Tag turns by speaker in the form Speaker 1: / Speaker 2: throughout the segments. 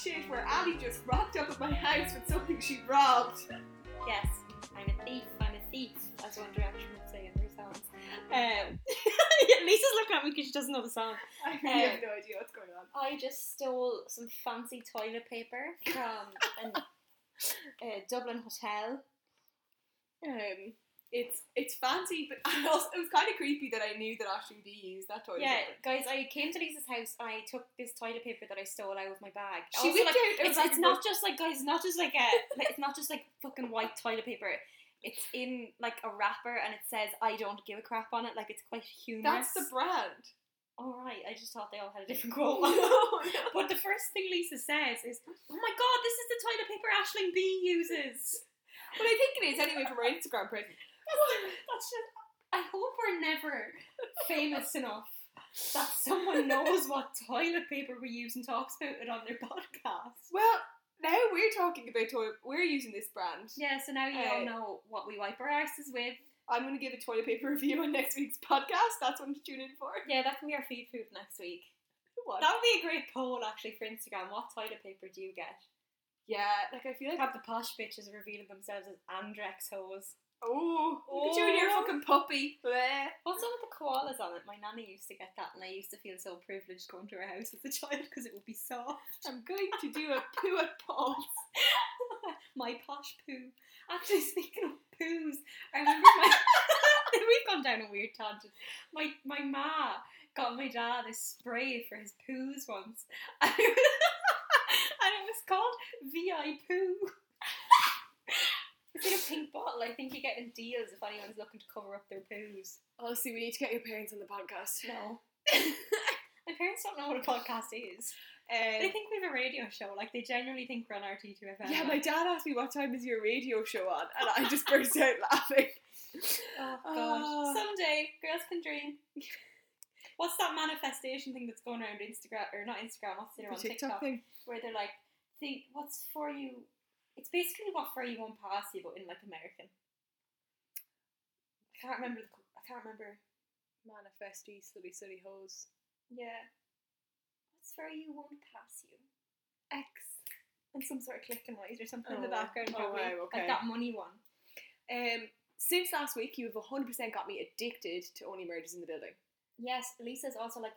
Speaker 1: shit where Ali just rocked up at my house with something she robbed.
Speaker 2: Yes, I'm a thief. I'm a thief, as One Direction would say in their songs. Um, Lisa's looking at me because she doesn't know the song.
Speaker 1: I really
Speaker 2: um,
Speaker 1: have no idea what's going on.
Speaker 2: I just stole some fancy toilet paper from an, a Dublin hotel. Um,
Speaker 1: It's it's fancy, but I also, it was kind of creepy that I knew that Ashley D used that toilet.
Speaker 2: Oh, yeah,
Speaker 1: paper.
Speaker 2: guys, I came to Lisa's house. I took this toilet paper that I stole out of my bag.
Speaker 1: She
Speaker 2: Also,
Speaker 1: whipped
Speaker 2: like,
Speaker 1: out.
Speaker 2: it's, it's not just like guys, it's not just like a, like, it's not just like fucking white toilet paper. It's in like a wrapper and it says "I don't give a crap" on it. Like it's quite humorous.
Speaker 1: That's the brand.
Speaker 2: All right, I just thought they all had a different quote. but the first thing Lisa says is, "Oh my god, this is the toilet paper Ashling B uses."
Speaker 1: But I think it is anyway from our Instagram person.
Speaker 2: That's just. I hope we're never famous enough that someone knows what toilet paper we use and talks about it on their podcast.
Speaker 1: Well, now we're talking about toilet. We're using this brand.
Speaker 2: Yeah, so now you
Speaker 1: Uh,
Speaker 2: all know what we wipe our asses with.
Speaker 1: I'm going to give a toilet paper review on next week's podcast. That's what I'm tuning in for.
Speaker 2: Yeah, that can be our feed food next week.
Speaker 1: What?
Speaker 2: That would be a great poll actually for Instagram. What toilet paper do you get?
Speaker 1: Yeah, like I feel like
Speaker 2: Have the posh bitches revealing themselves as Andrex hoes.
Speaker 1: oh, look at you and your
Speaker 2: Oh.
Speaker 1: fucking puppy. Bleh.
Speaker 2: What's up with the koalas on it? My nanny used to get that, and I used to feel so privileged going to her house as a child because it would be soft.
Speaker 1: I'm going to do a poo at Paul's.
Speaker 2: my posh poo. Actually, speaking of poos, I remember my. we've gone down a weird tangent. My my ma got my dad a spray for his poos once, and it was called VI poo. It's in a pink bottle. I think you get in deals if anyone's looking to cover up their poos.
Speaker 1: Honestly, we need to get your parents on the podcast.
Speaker 2: No. My parents don't know what a podcast is. They
Speaker 1: Um,
Speaker 2: think we have a radio show. Like they genuinely think we're on RT2FM.
Speaker 1: yeah, my dad asked me what time is your radio show on, and I just burst out laughing.
Speaker 2: Oh
Speaker 1: Oh.
Speaker 2: god. Someday girls can dream. What's that manifestation thing that's going around Instagram or not Instagram? What's it
Speaker 1: The
Speaker 2: on TikTok,
Speaker 1: TikTok thing.
Speaker 2: where they're like, think what's for you. It's basically what for you won't pass you, but in like American. I can't remember. The, co- I can't remember.
Speaker 1: Manifesty, silly, silly hose.
Speaker 2: Yeah. What's for you won't pass you. X. And some sort of clicking noise or something in the
Speaker 1: Oh,
Speaker 2: background,
Speaker 1: oh,
Speaker 2: probably.
Speaker 1: wow, okay.
Speaker 2: Like that money one.
Speaker 1: Um, since last week, you have 100% got me addicted to Only Murders in the Building.
Speaker 2: Yes, Lisa's also like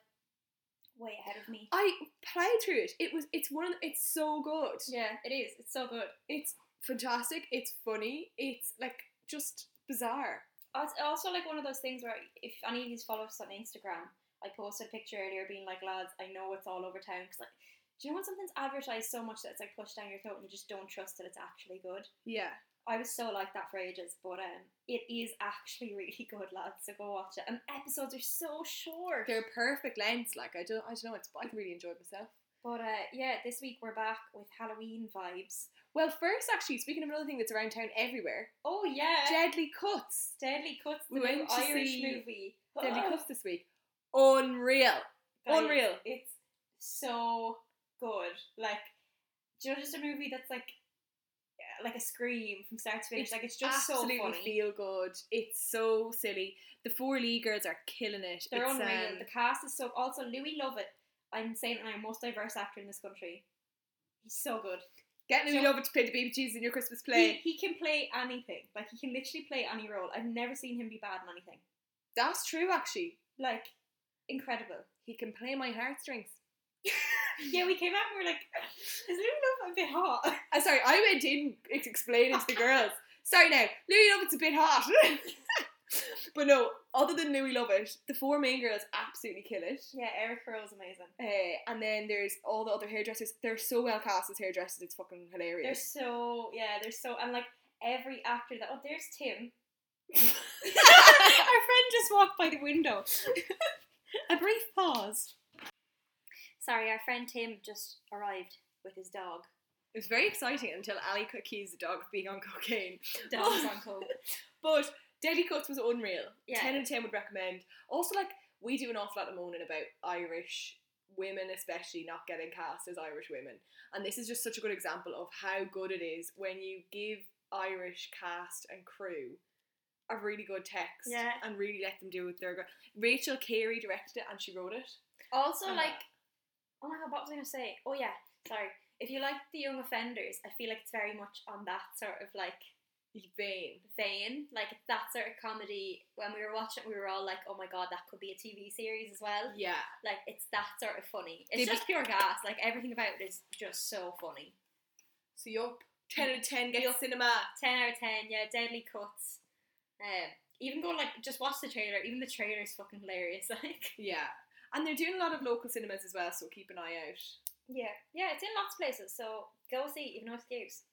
Speaker 2: way ahead of me.
Speaker 1: I played through it. It was. It's one. Of the, it's so good.
Speaker 2: Yeah, it is. It's so good.
Speaker 1: It's fantastic. It's funny. It's like just bizarre.
Speaker 2: It's also like one of those things where if any of you follow us on Instagram, I posted a picture earlier being like, lads, I know it's all over town. Cause like, do you know when something's advertised so much that it's like pushed down your throat and you just don't trust that it's actually good?
Speaker 1: Yeah.
Speaker 2: I was so like that for ages, but um, it is actually really good, lads. So go watch it. And episodes are so short.
Speaker 1: They're perfect lengths. Like I don't. I don't know. It's. I really enjoyed myself.
Speaker 2: But uh, yeah, this week we're back with Halloween vibes.
Speaker 1: Well, first, actually, speaking of another thing that's around town everywhere,
Speaker 2: Oh yeah,
Speaker 1: Deadly Cuts.
Speaker 2: Deadly Cuts, the
Speaker 1: We
Speaker 2: new
Speaker 1: went to
Speaker 2: Irish
Speaker 1: see
Speaker 2: movie.
Speaker 1: Deadly Cuts this week. Unreal.
Speaker 2: Guys,
Speaker 1: Unreal.
Speaker 2: It's so good. Like, do you know just a movie that's like, yeah, like a scream from start to finish.
Speaker 1: It's
Speaker 2: like it's just so
Speaker 1: Absolutely
Speaker 2: funny.
Speaker 1: feel good. It's so silly. The four Lee girls are killing it.
Speaker 2: They're
Speaker 1: it's,
Speaker 2: unreal.
Speaker 1: um,
Speaker 2: the cast is so. Also, Louis Lovett. I'm saying it now, most diverse actor in this country. He's so good.
Speaker 1: Getting
Speaker 2: So-
Speaker 1: Louis Lovett to play the baby Jesus in your Christmas
Speaker 2: He,
Speaker 1: play.
Speaker 2: he can play anything. Like he can literally play any role. I've never seen him be bad in anything.
Speaker 1: That's true, actually.
Speaker 2: Like, incredible.
Speaker 1: He can play my heartstrings.
Speaker 2: Yeah, we came out and we were like, is Louis Lovett a bit hot?
Speaker 1: Uh, sorry, I went in ex- explaining to the girls. Sorry now, Louis Lovett's a bit hot. but no, other than Louis Lovett, the four main girls absolutely kill it.
Speaker 2: yeah, Eric Carroll's amazing.
Speaker 1: Uh, and then there's all the other hairdressers. They're so well cast as hairdressers, it's fucking
Speaker 2: They're
Speaker 1: hilarious.
Speaker 2: so yeah, they're so and like every actor that oh there's Tim. Our friend just walked by the window. A brief pause. Sorry, our friend Tim just arrived with his dog.
Speaker 1: It was very exciting until Ali accused the dog of being on cocaine.
Speaker 2: Dog's on coke.
Speaker 1: But Deadly Cuts was unreal.
Speaker 2: Yeah.
Speaker 1: 10 out of 10 would recommend. Also, like, we do an awful lot of moaning about Irish women, especially not getting cast as Irish women. And this is just such a good example of how good it is when you give Irish cast and crew a really good text
Speaker 2: Yeah.
Speaker 1: and really let them do what they're going Rachel Carey directed it and she wrote it.
Speaker 2: Also,
Speaker 1: Uh.
Speaker 2: like, oh my god, what was I gonna say? Oh yeah, sorry. if you like the young offenders, I feel like it's very much on that sort of like
Speaker 1: Vain.
Speaker 2: vein. Like it's that sort of comedy. When we were watching, it, we were all like, "Oh my god, that could be a TV series as well."
Speaker 1: Yeah.
Speaker 2: Like it's that sort of funny. It's
Speaker 1: They'd be-
Speaker 2: just pure gas. Like everything about it is just so funny.
Speaker 1: So yup. Ten out of ten. Get
Speaker 2: Yup.
Speaker 1: cinema.
Speaker 2: Ten out of ten. Yeah, deadly cuts. Um, even go like just watch the trailer. Even the trailer is fucking hilarious. Like
Speaker 1: Yeah. And they're doing a lot of local cinemas as well, so keep an eye out.
Speaker 2: yeah, yeah, it's in lots of places. So go see, even no excuse.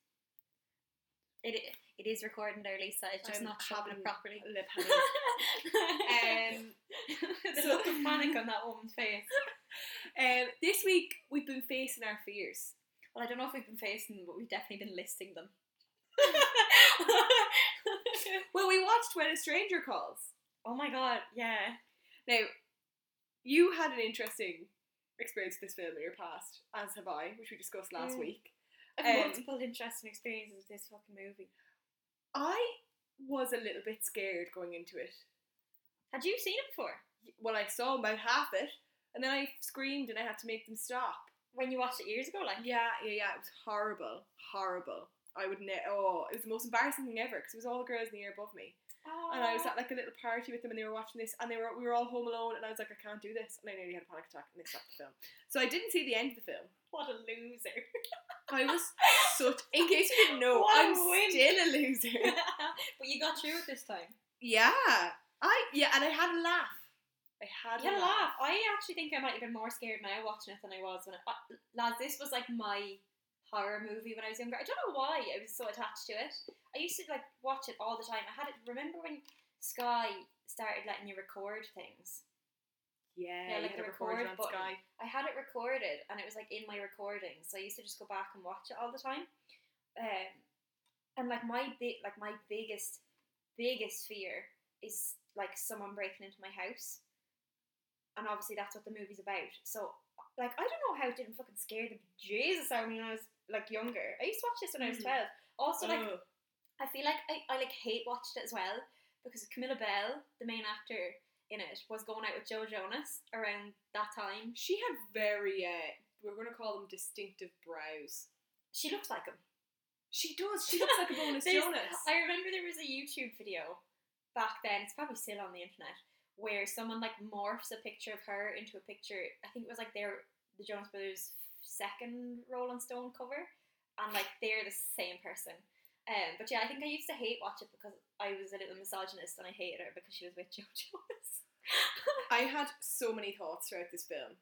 Speaker 2: It i- it is recording there, Lisa. It's just
Speaker 1: I'm
Speaker 2: not shoving it
Speaker 1: having-
Speaker 2: properly.
Speaker 1: Lip hanging. um,
Speaker 2: the
Speaker 1: so-
Speaker 2: look of panic on that woman's face.
Speaker 1: um, this week we've been facing our fears.
Speaker 2: Well, I don't know if we've been facing them, but we've definitely been listing them.
Speaker 1: Well, we watched When a Stranger Calls.
Speaker 2: oh my god, yeah.
Speaker 1: Now, you had an interesting experience with this film in your past, as have I, which we discussed last
Speaker 2: Mm.
Speaker 1: week.
Speaker 2: I've
Speaker 1: Um,
Speaker 2: multiple interesting experiences with this fucking movie.
Speaker 1: I was a little bit scared going into it.
Speaker 2: Had you seen it before?
Speaker 1: Well, I saw about half it, and then I screamed and I had to make them stop.
Speaker 2: When you watched it years ago, like?
Speaker 1: Yeah, yeah, yeah. It was horrible, horrible. I would ne- oh, it was the most embarrassing thing ever because it was all the girls in the year above me, and I was
Speaker 2: Ah.
Speaker 1: at like a little party with them, and they were watching this, and they were we were all home alone, and I was like, I can't do this, and I nearly had a panic attack, and they stopped the film. So I didn't see the end of the film.
Speaker 2: what a loser.
Speaker 1: I was such. In case you didn't know,
Speaker 2: What a
Speaker 1: I'm
Speaker 2: win.
Speaker 1: still a loser.
Speaker 2: but you got through it this time.
Speaker 1: yeah, I yeah, and I had a laugh. I had
Speaker 2: You
Speaker 1: a
Speaker 2: had a laugh.
Speaker 1: laugh.
Speaker 2: I actually think I might have been more scared now watching it than I was when I. Uh, lads, this was like my horror movie when I was younger. I don't know why I was so attached to it. I used to like watch it all the time. I had it. Remember when Sky started letting you record things?
Speaker 1: Yeah,
Speaker 2: Yeah,
Speaker 1: you
Speaker 2: like
Speaker 1: had
Speaker 2: the
Speaker 1: a recorder
Speaker 2: record
Speaker 1: on
Speaker 2: button.
Speaker 1: Sky.
Speaker 2: I had it recorded and it was like in my recordings. So I used to just go back and watch it all the time. Um, and like my big, like my biggest, biggest fear is like someone breaking into my house. And obviously that's what the movie's about. So like I don't know how it didn't fucking scare the Jesus out of me when I was like younger. I used to watch this when I was
Speaker 1: Mhm.
Speaker 2: twelve. Also like
Speaker 1: Ugh.
Speaker 2: I feel like I, I like hate watched it as well because Camilla Bell, the main actor in it, was going out with Joe Jonas around that time.
Speaker 1: she had very uh, we're going to call them distinctive brows.
Speaker 2: She looks like him.
Speaker 1: She does. She looks like a bonus
Speaker 2: There's-
Speaker 1: Jonas.
Speaker 2: I remember there was a YouTube video back then, it's probably still on the internet, where someone like morphs a picture of her into a picture. I think it was like their the Jonas Brothers second Rolling Stone cover, and like they're the same person. Um, but yeah, I think I used to hate watch it because I was a little misogynist and I hated her because she was with Joe Jonas.
Speaker 1: I had so many thoughts throughout this film.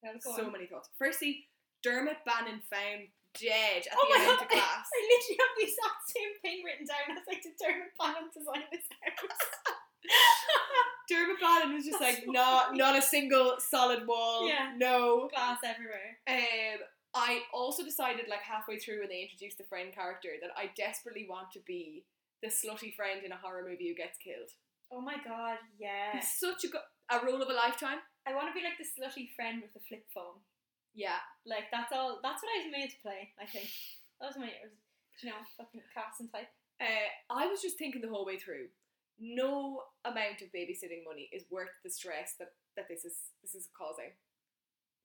Speaker 2: That was
Speaker 1: So many thoughts. Firstly, Dermot Bannon found dead at
Speaker 2: Oh
Speaker 1: the
Speaker 2: my
Speaker 1: end
Speaker 2: God.
Speaker 1: of class.
Speaker 2: I literally have the exact same thing written down as I determined Bannon to sign this house.
Speaker 1: Dermot Bannon was just like not not a single solid wall.
Speaker 2: Yeah.
Speaker 1: No.
Speaker 2: Glass everywhere.
Speaker 1: Um, I also decided like halfway through when they introduced the friend character that I desperately want to be the slutty friend in a horror movie who gets killed.
Speaker 2: Oh my god, yeah.
Speaker 1: It's such a go- a role of a lifetime.
Speaker 2: I want to be like the slutty friend with the flip phone.
Speaker 1: Yeah.
Speaker 2: Like that's all. That's what I was made to play. I think that was my, it was, you know, fucking cast and type.
Speaker 1: Uh, I was just thinking the whole way through. No amount of babysitting money is worth the stress that, that this is this is causing.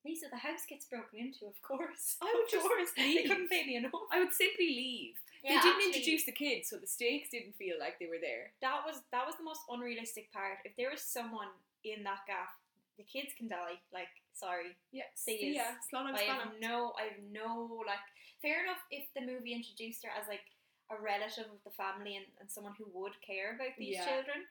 Speaker 2: Lisa, the house gets broken into, of course.
Speaker 1: I would
Speaker 2: Of
Speaker 1: just
Speaker 2: course. They
Speaker 1: leave.
Speaker 2: couldn't pay me enough.
Speaker 1: I would simply leave. they didn't introduce the kids, so the stakes didn't feel like they were there.
Speaker 2: That was that was the most unrealistic part. If there was someone in that gaff, the kids can die. Like, sorry,
Speaker 1: Yeah,
Speaker 2: See
Speaker 1: see
Speaker 2: ya.
Speaker 1: ya. Slán on
Speaker 2: I
Speaker 1: slán
Speaker 2: have
Speaker 1: on.
Speaker 2: no, I have no like. Fair enough if the movie introduced her as like a relative of the family and, and someone who would care about these
Speaker 1: Yeah.
Speaker 2: children,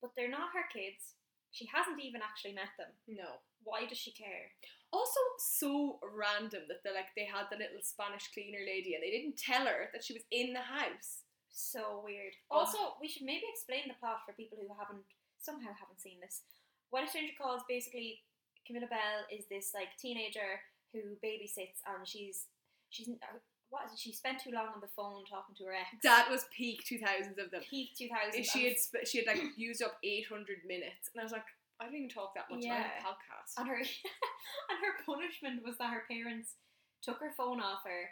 Speaker 2: but they're not her kids. She hasn't even actually met them.
Speaker 1: No.
Speaker 2: Why does she care?
Speaker 1: Also, so random that they like they had the little Spanish cleaner lady, and they didn't tell her that she was in the house.
Speaker 2: So weird.
Speaker 1: Oh.
Speaker 2: Also, we should maybe explain the plot for people who haven't somehow haven't seen this. When a Stranger Calls, basically, Camilla Bell is this like teenager who babysits, and she's she's uh, what is it? She spent too long on the phone talking to her ex.
Speaker 1: That was peak two thousands of them.
Speaker 2: Peak two thousand.
Speaker 1: She had sp- she had like used up eight hundred minutes, and I was like, I don't even talk that much. I have
Speaker 2: Yeah.
Speaker 1: a podcast.
Speaker 2: And her and her punishment was that her parents took her phone off her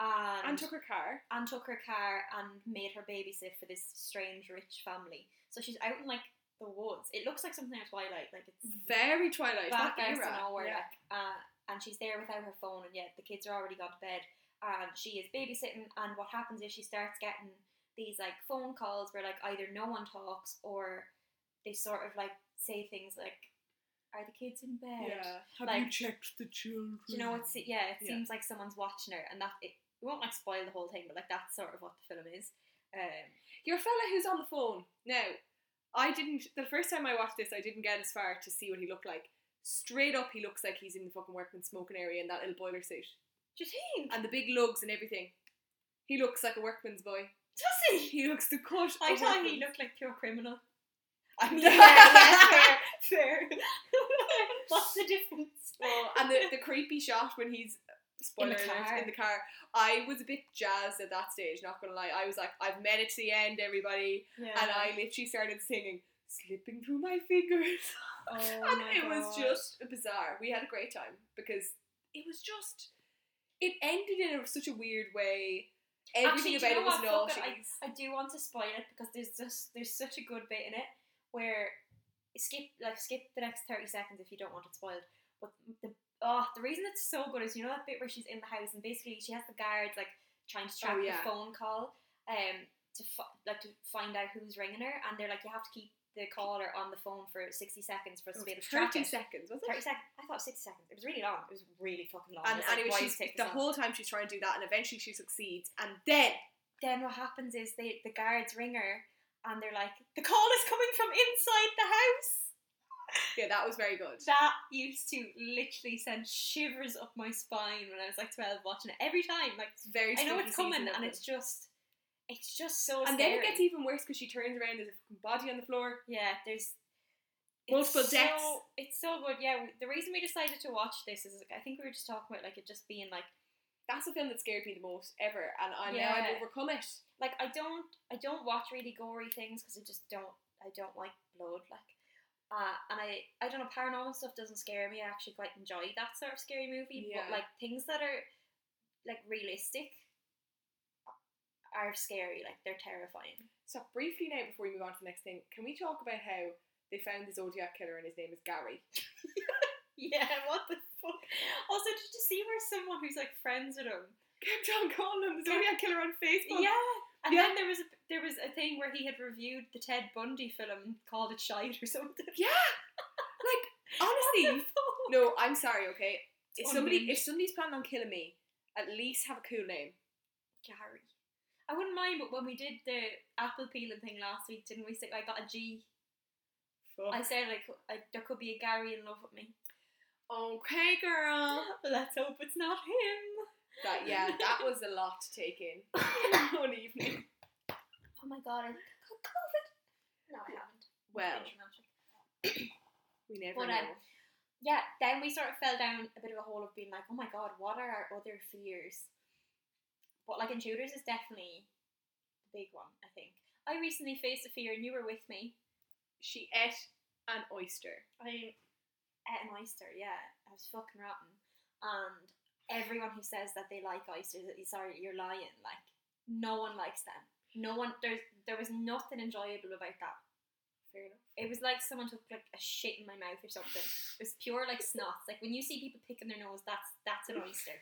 Speaker 2: and
Speaker 1: and took her car.
Speaker 2: and took her car and made her babysit for this strange rich family. So she's out in like the woods. It looks like something out of Twilight, like it's
Speaker 1: Very Twilight.
Speaker 2: back out
Speaker 1: that
Speaker 2: of
Speaker 1: era.
Speaker 2: nowhere.
Speaker 1: Yeah.
Speaker 2: Like, uh, and she's there without her phone, and yet the kids are already gone to bed, and she is babysitting. And what happens is she starts getting these like phone calls where like either no one talks or they sort of like say things like, "Are the kids in bed?"
Speaker 3: Have you
Speaker 2: Like-
Speaker 3: checked the children?
Speaker 2: Do you know it's Mm. yeah, it
Speaker 3: Yeah.
Speaker 2: seems like someone's watching her, and that it, we won't like spoil the whole thing, but like that's sort of what the film is. Um,
Speaker 1: Your fella who's on the phone. Now, I didn't. The first time I watched this, I didn't get as far to see what he looked like. Straight up, he looks like he's in the fucking workman smoking area in that little boiler suit
Speaker 2: do you think?
Speaker 1: and the big lugs and everything. He looks like a workman's boy.
Speaker 2: Does he?
Speaker 1: He looks the cut.
Speaker 2: I
Speaker 1: of
Speaker 2: thought he
Speaker 1: workman.
Speaker 2: looked like pure criminal.
Speaker 1: I mean-
Speaker 2: yeah, yeah, fair, fair. What's the difference?
Speaker 1: Oh, and the, the creepy shot when he's spoiler
Speaker 2: the
Speaker 1: alert,
Speaker 2: car.
Speaker 1: in the car. I was a bit jazzed at that stage. Not gonna lie, I was like, I've made it to the end, everybody,
Speaker 2: Yeah.
Speaker 1: and I literally started singing. Slipping through my fingers,
Speaker 2: oh
Speaker 1: and
Speaker 2: my
Speaker 1: it
Speaker 2: God.
Speaker 1: was just bizarre. We had a great time because it was just it ended in a, such a weird way. Everything
Speaker 2: Actually, do you
Speaker 1: about it
Speaker 2: know
Speaker 1: was
Speaker 2: what?
Speaker 1: naughty.
Speaker 2: Fuck it, I do want to spoil it because there's just there's such a good bit in it where skip like skip the next thirty seconds if you don't want it spoiled. But the oh the reason it's so good is you know that bit where she's in the house and basically she has the guards like trying to track
Speaker 1: Oh, yeah.
Speaker 2: the phone call um to fi- like to find out who's ringing her and they're like you have to keep the caller on the phone for sixty seconds for us to be able to track
Speaker 1: Thirty
Speaker 2: it.
Speaker 1: seconds, was it?
Speaker 2: Thirty seconds. I thought sixty seconds. It was really long. It was really fucking long. It
Speaker 1: And
Speaker 2: was like,
Speaker 1: anyway,
Speaker 2: why is it
Speaker 1: she's
Speaker 2: taking so
Speaker 1: the
Speaker 2: long?
Speaker 1: whole time she's trying to do that, and eventually she succeeds, and then
Speaker 2: then what happens is they the guards ring her and they're like, The call is coming from inside the house.
Speaker 1: yeah, that was very good.
Speaker 2: That used to literally send shivers up my spine when I was like twelve watching it every time. Like
Speaker 1: It's very.
Speaker 2: I know
Speaker 1: spooky
Speaker 2: it's coming
Speaker 1: season of
Speaker 2: and
Speaker 1: them.
Speaker 2: it's just it's just so
Speaker 1: and
Speaker 2: scary.
Speaker 1: then it gets e- even worse because she turns around there's a fucking body on the floor.
Speaker 2: Yeah, there's it's
Speaker 1: Multiple
Speaker 2: so-
Speaker 1: deaths.
Speaker 2: It's so good. Yeah, we, the reason we decided to watch this is like, I think we were just talking about like it just being like
Speaker 1: That's the film that scared me the most ever, and I
Speaker 2: Yeah.
Speaker 1: now I've overcome it.
Speaker 2: like I don't I don't watch really gory things because I just don't I don't like blood like uh, and I I don't know paranormal stuff doesn't scare me I actually quite enjoy that sort of scary movie
Speaker 1: Yeah.
Speaker 2: but like things that are like realistic are scary like they're terrifying
Speaker 1: So briefly now, before we move on to the next thing, can we talk about how they found the Zodiac killer and his name is Gary?
Speaker 2: yeah what the fuck also did you see where someone who's like friends with him
Speaker 1: Kept on calling him the Zodiac killer on Facebook.
Speaker 2: yeah and
Speaker 1: Yeah.
Speaker 2: then there was a, there was a thing where he had reviewed the Ted Bundy film called it shite or something
Speaker 1: like honestly, no, I'm sorry. Okay, if
Speaker 2: It's
Speaker 1: somebody if
Speaker 2: unhinged.
Speaker 1: somebody's planning on killing me, at least have a cool name.
Speaker 2: Gary. I wouldn't mind, but when we did the apple peeling thing last week, didn't we say I got a G?
Speaker 1: Fuck.
Speaker 2: I said like I, there could be a Gary in love with me.
Speaker 1: Okay, girl.
Speaker 2: Let's hope it's not him.
Speaker 1: That yeah, that was a lot to take in one evening.
Speaker 2: Oh my god, I think I got COVID. No, I haven't.
Speaker 1: Well,
Speaker 2: Pretty dramatic.
Speaker 1: we never
Speaker 2: But,
Speaker 1: know.
Speaker 2: um, yeah. Then we sort of fell down a bit of a hole of being like, oh my god, what are our other fears? But like intruders is definitely the big one. I think I recently faced a fear, and you were with me.
Speaker 1: she ate an oyster.
Speaker 2: I ate an oyster, yeah. I was fucking rotten. And everyone who says that they like oysters, that- sorry, you're lying. Like, no one likes them. No one, there's, there was nothing enjoyable about that.
Speaker 1: Fair enough.
Speaker 2: It was like someone took like a shit in my mouth or something. It was pure like snots. Like when you see people picking their nose, that's that's an oyster.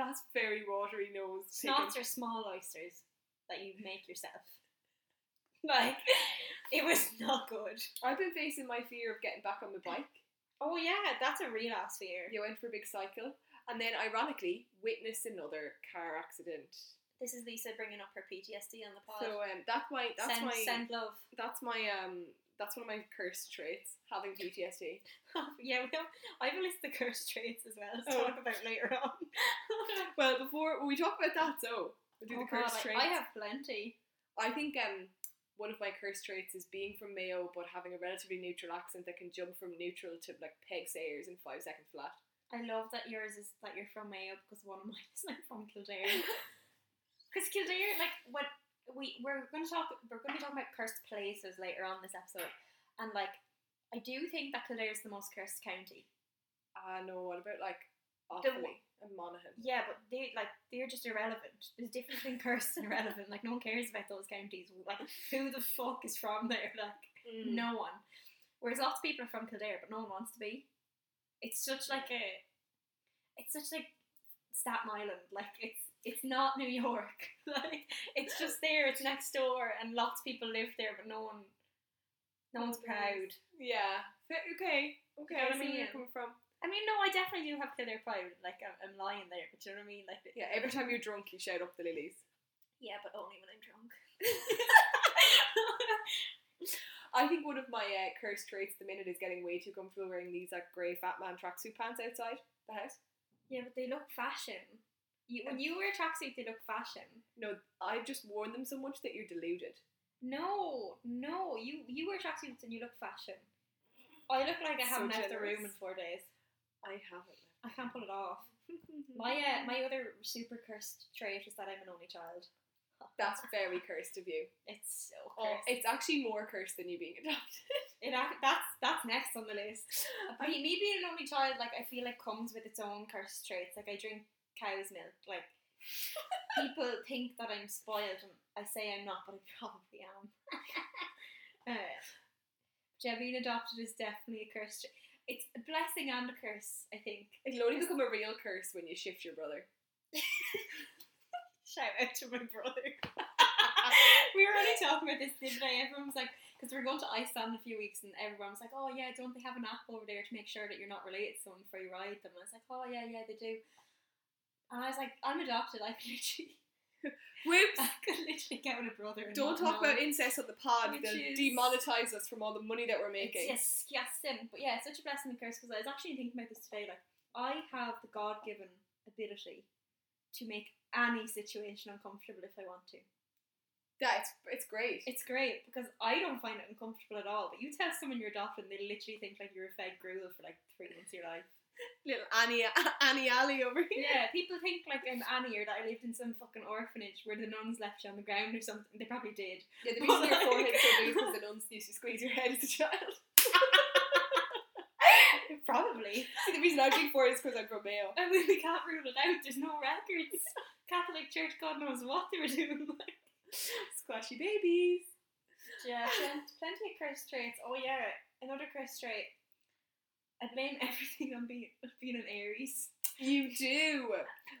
Speaker 1: That's very watery nose.
Speaker 2: Snots are small oysters that you make yourself. Like it was not good.
Speaker 1: I've been facing my fear of getting back on the bike.
Speaker 2: Oh yeah, that's a real ass fear.
Speaker 1: You went for a big cycle, and then ironically witnessed another car accident.
Speaker 2: This is Lisa bringing up her PTSD on the pod.
Speaker 1: So um, that's my that's
Speaker 2: send,
Speaker 1: my
Speaker 2: send love.
Speaker 1: that's my um that's one of my cursed traits having PTSD.
Speaker 2: Oh, yeah, we have, I have a list of curse traits as well to
Speaker 1: Oh.
Speaker 2: talk about later on.
Speaker 1: Well, before we talk about that, so we'll do
Speaker 2: Oh
Speaker 1: the
Speaker 2: God,
Speaker 1: cursed
Speaker 2: I-
Speaker 1: traits.
Speaker 2: I, have plenty.
Speaker 1: I think um one of my cursed traits is being from Mayo but having a relatively neutral accent that can jump from neutral to like peg sayers in five seconds flat.
Speaker 2: I love that yours is that you're from Mayo because one of mine is like from Kildare. Because Kildare, like what we we're going to talk, we're going to be talking about cursed places later on this episode, and like I do think that Kildare is the most cursed county.
Speaker 1: Ah no, what about like
Speaker 2: The
Speaker 1: Offaly
Speaker 2: w-
Speaker 1: and Monaghan?
Speaker 2: Yeah, but they like they're just irrelevant. There's a difference between cursed and irrelevant. Like no one cares about those counties. Like who the fuck is from there? Like
Speaker 1: Hmm.
Speaker 2: no one. Whereas lots of people are from Kildare, but no one wants to be. It's such like a it's such like Staten Island. Like it's it's not New York. like it's just there. It's next door, and lots of people live there, but no one, no one's proud.
Speaker 1: Yeah. Fa- Okay. Okay. I
Speaker 2: what I
Speaker 1: see where
Speaker 2: mean?
Speaker 1: you're coming from.
Speaker 2: I mean, no, I definitely do have clear pride. Like I'm, I'm lying there, but you know what I mean. Like
Speaker 1: Yeah. Every time you're drunk, you shout up the lilies.
Speaker 2: yeah, but only when I'm drunk.
Speaker 1: I think one of my uh, cursed traits at the minute is getting way too comfortable wearing these like grey fat man tracksuit pants outside the house.
Speaker 2: yeah, but they look fashion. You, when you wear a tracksuit, they look fashion.
Speaker 1: No, I've just worn them so much that you're deluded.
Speaker 2: No, no, you you wear tracksuits and you look fashion. I look like I
Speaker 1: So
Speaker 2: haven't left the
Speaker 1: generous.
Speaker 2: room in four days.
Speaker 1: I haven't.
Speaker 2: I can't pull it off. My uh, my other super cursed trait is that I'm an only child.
Speaker 1: That's very cursed of you.
Speaker 2: It's so
Speaker 1: Oh,
Speaker 2: cursed.
Speaker 1: it's actually more cursed than you being adopted.
Speaker 2: It ac- that's that's next on the list. But me, me being an only child, like I feel like comes with its own cursed traits. Like I drink cow's milk. Like people think that I'm spoiled, and I say I'm not, but I probably am. uh, yeah, being adopted is definitely a curse. Tra- it's a blessing and a curse, I think.
Speaker 1: It'll only become a real curse when you shift your brother.
Speaker 2: Shout out to my brother. we were only talking about this the other day. Everyone was like, because we're going to Iceland in a few weeks, and everyone was like, oh yeah, don't they have an app over there to make sure that you're not related to someone before you ride them? And I was like, oh yeah, yeah, they do. And I was like, I'm adopted. I could literally,
Speaker 1: Whoops!
Speaker 2: I could literally get with a brother. And
Speaker 1: Don't
Speaker 2: not
Speaker 1: talk
Speaker 2: know.
Speaker 1: about incest on the pod.
Speaker 2: Which is-
Speaker 1: They'll demonetize us from all the money that we're making.
Speaker 2: It's disgusting. But yeah, it's such a blessing and curse because I was actually thinking about this today. Like, I have the God given ability to make any situation uncomfortable if I want to.
Speaker 1: Yeah, it's, it's great.
Speaker 2: It's great because I don't find it uncomfortable at all. But you tell someone you're adopted, and they literally think like you're a fed gruel for like three months of your life.
Speaker 1: Little Annie, Annie Alley over here.
Speaker 2: Yeah, people think like I'm Annie or that I lived in some fucking orphanage where the nuns left you on the ground or something. They probably did.
Speaker 1: Yeah, the
Speaker 2: But
Speaker 1: reason your
Speaker 2: like-
Speaker 1: forehead's so big is because the nuns used to squeeze your head as a child.
Speaker 2: probably.
Speaker 1: See, the reason I'm big for it is because I'm from Mayo.
Speaker 2: I mean, we can't rule it out. There's no records. Catholic Church, God knows what they were doing.
Speaker 1: Squashy babies.
Speaker 2: yeah, plen- plenty of cursed traits. Oh yeah, another cursed trait. I blame everything on being being an Aries.
Speaker 1: You do.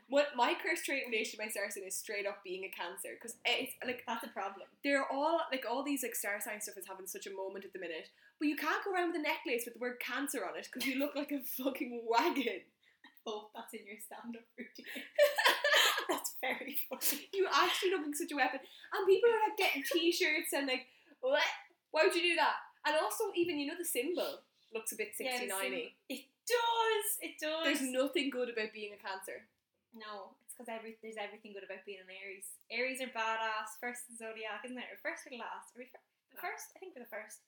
Speaker 1: What my cursed trait in relation to my star sign is straight up being a cancer because it's like
Speaker 2: That's a problem.
Speaker 1: they're all like all these like star sign stuff is having such a moment at the minute. But you can't go around with a necklace with the word cancer on it because you look like a fucking wagon.
Speaker 2: hope that's in your stand-up routine. that's very funny.
Speaker 1: You actually look like such a weapon. And people are like getting t-shirts and like, what? Why would you do that? And also, even you know the symbol looks a bit 69y.
Speaker 2: It does. It does.
Speaker 1: There's nothing good about being a cancer.
Speaker 2: No, it's because every there's everything good about being an Aries. Aries are badass. First in zodiac, isn't it? Or first or the last? Are we fir- the first? I think we're the first.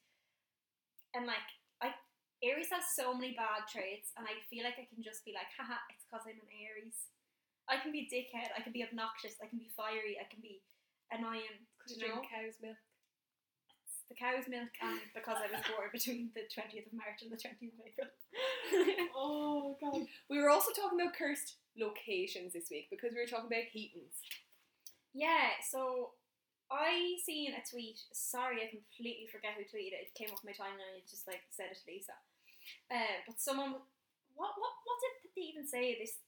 Speaker 2: And like I, Aries has so many bad traits, and I feel like I can just be like, haha, it's because I'm an Aries. I can be a dickhead. I can be obnoxious. I can be fiery. I can be annoying. you
Speaker 1: Could drink
Speaker 2: know?
Speaker 1: cow's milk.
Speaker 2: the cow's milk and because I was born between the 20th of March and the 20th of April.
Speaker 1: Oh god. We were also talking about cursed locations this week because we were talking about Heatons.
Speaker 2: yeah, so I seen a tweet. Sorry, I completely forget who tweeted it. It came up my timeline and I just like said it to Lisa. Uh, but someone, what what what did did they even say? This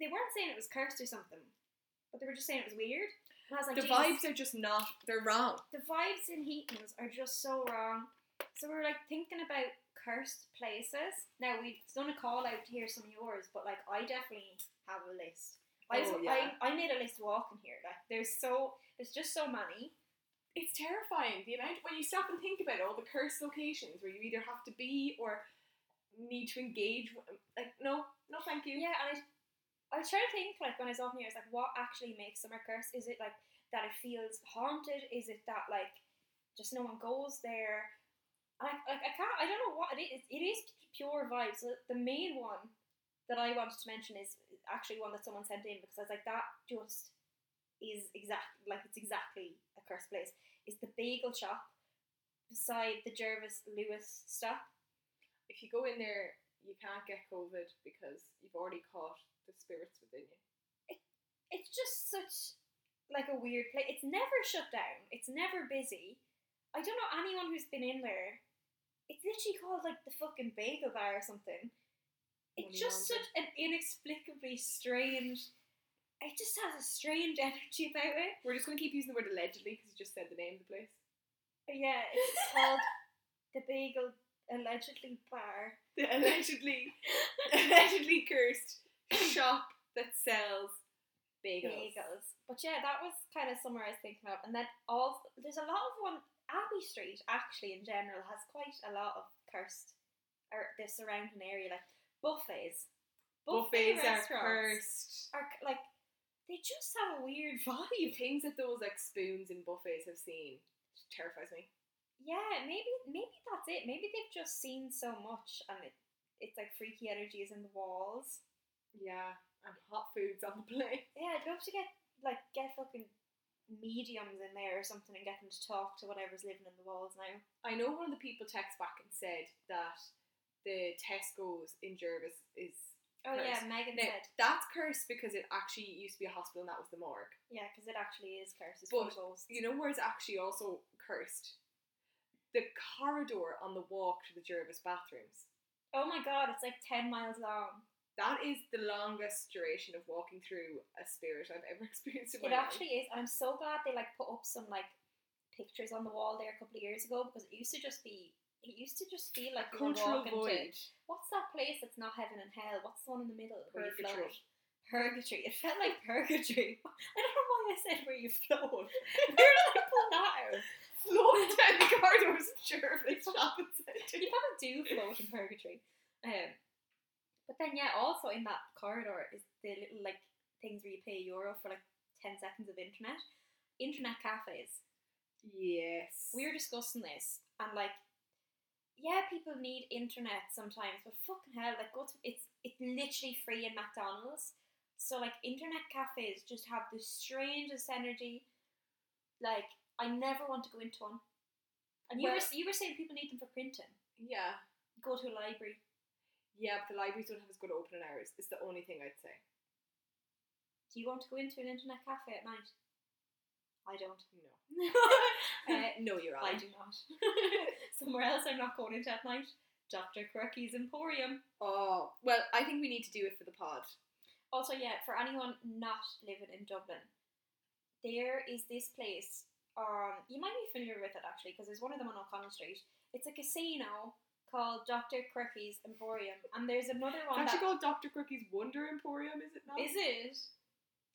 Speaker 2: they weren't saying it was cursed or something, but they were just saying it was weird. And I was like,
Speaker 1: The
Speaker 2: "Jesus."
Speaker 1: vibes are just not they're wrong.
Speaker 2: the vibes in Heatons are just so wrong. So we were like thinking about cursed places. Now we've done a call out to hear some of yours, but like I definitely have a list. I, was,
Speaker 1: Oh, yeah.
Speaker 2: I I made a list walking here. Like there's so there's just so many.
Speaker 1: It's terrifying the amount when you stop and think about all the cursed locations where you either have to be or need to engage w- um, like no, no thank you.
Speaker 2: Yeah, and I I was trying to think like when I was walking here, I was like, what actually makes summer cursed? Is it like that it feels haunted? Is it that like just no one goes there? And I, like I can't. I don't know what it is. It is pure vibes. The- The main one that I wanted to mention is actually one that someone sent in because I was like, that just is exact. Like it's exactly a cursed place. Is the bagel shop beside the Jervis Lewis stop?
Speaker 1: If you go in there you can't get COVID because you've already caught the spirits within you.
Speaker 2: it's just such like a weird place. It's never shut down. It's never busy. I don't know anyone who's been in there. It's literally called like the fucking bagel bar or something. It's
Speaker 1: money
Speaker 2: just
Speaker 1: laundering.
Speaker 2: such an inexplicably strange. It just has a strange energy about it.
Speaker 1: We're just going to keep using the word allegedly because you just said the name of the place.
Speaker 2: Yeah, it's called the Bagel Allegedly Bar.
Speaker 1: The allegedly, allegedly cursed shop that sells bagels.
Speaker 2: Bagels. But yeah, that was kind of somewhere I was thinking of. And then all there's a lot of one Abbey Street actually in general has quite a lot of cursed or the surrounding area like buffets.
Speaker 1: Buffets are
Speaker 2: restaurants
Speaker 1: cursed.
Speaker 2: are c- like they just have a weird vibe.
Speaker 1: Things that those like spoons in buffets have seen terrifies me.
Speaker 2: Yeah, maybe maybe that's it. Maybe they've just seen so much and it it's like freaky energy is in the walls.
Speaker 1: Yeah, and hot foods on the plate.
Speaker 2: Yeah, I'd love to get like get fucking mediums in there or something and get them to talk to whatever's living in the walls now.
Speaker 1: I know one of the people texted back and said that the Tesco's in Jervis is
Speaker 2: Oh
Speaker 1: Curse.
Speaker 2: yeah, Megan
Speaker 1: now,
Speaker 2: said.
Speaker 1: that's cursed because it actually used to be a hospital and that was the morgue.
Speaker 2: Yeah, because it actually is curses.
Speaker 1: But,
Speaker 2: ghosts.
Speaker 1: You know where it's actually also cursed? The corridor on the walk to the Jervis bathrooms.
Speaker 2: oh my god, it's like ten miles long.
Speaker 1: That is the longest duration of walking through a spirit I've ever experienced in
Speaker 2: It
Speaker 1: my life.
Speaker 2: actually is. I'm so glad they like put up some like pictures on the wall there a couple of years ago because it used to just be. It used to just feel like you were
Speaker 1: cultural
Speaker 2: walking to.
Speaker 1: void.
Speaker 2: What's that place that's not heaven and hell? What's the one in the middle where you
Speaker 1: Purgatory.
Speaker 2: float? Purgatory. It felt like purgatory. I don't know why I said where you float. Where did I pull that out?
Speaker 1: Floating down the corridors of Jervis shopping centre.
Speaker 2: you probably do float in purgatory. Um, but then yeah, also in that corridor is the little like things where you pay a euro for like ten seconds of internet. Internet cafes.
Speaker 1: Yes.
Speaker 2: We were discussing this and like yeah, people need internet sometimes, but fucking hell, like go to it's it's literally free in McDonald's. So like internet cafes just have the strangest energy. Like I never want to go into one. And you
Speaker 1: Well-
Speaker 2: were you were saying people need them for printing.
Speaker 1: Yeah.
Speaker 2: Go to a library.
Speaker 1: Yeah, but the libraries don't have as good opening hours. It's the only thing I'd say.
Speaker 2: Do you want to go into an internet cafe at night? I don't.
Speaker 1: No.
Speaker 2: uh,
Speaker 1: no, you're
Speaker 2: I
Speaker 1: right.
Speaker 2: do not. Somewhere else I'm not going into at night. Dr. Quirky's Emporium.
Speaker 1: Oh, well, I think we need to do it for the pod.
Speaker 2: Also, yeah, for anyone not living in Dublin, there is this place. Um, you might be familiar with it actually, because there's one of them on O'Connell Street. It's a casino called Dr. Quirky's Emporium, and there's another
Speaker 1: It's
Speaker 2: one.
Speaker 1: actually
Speaker 2: That,
Speaker 1: called Dr. Crookie's Wonder Emporium, is it not?
Speaker 2: is it?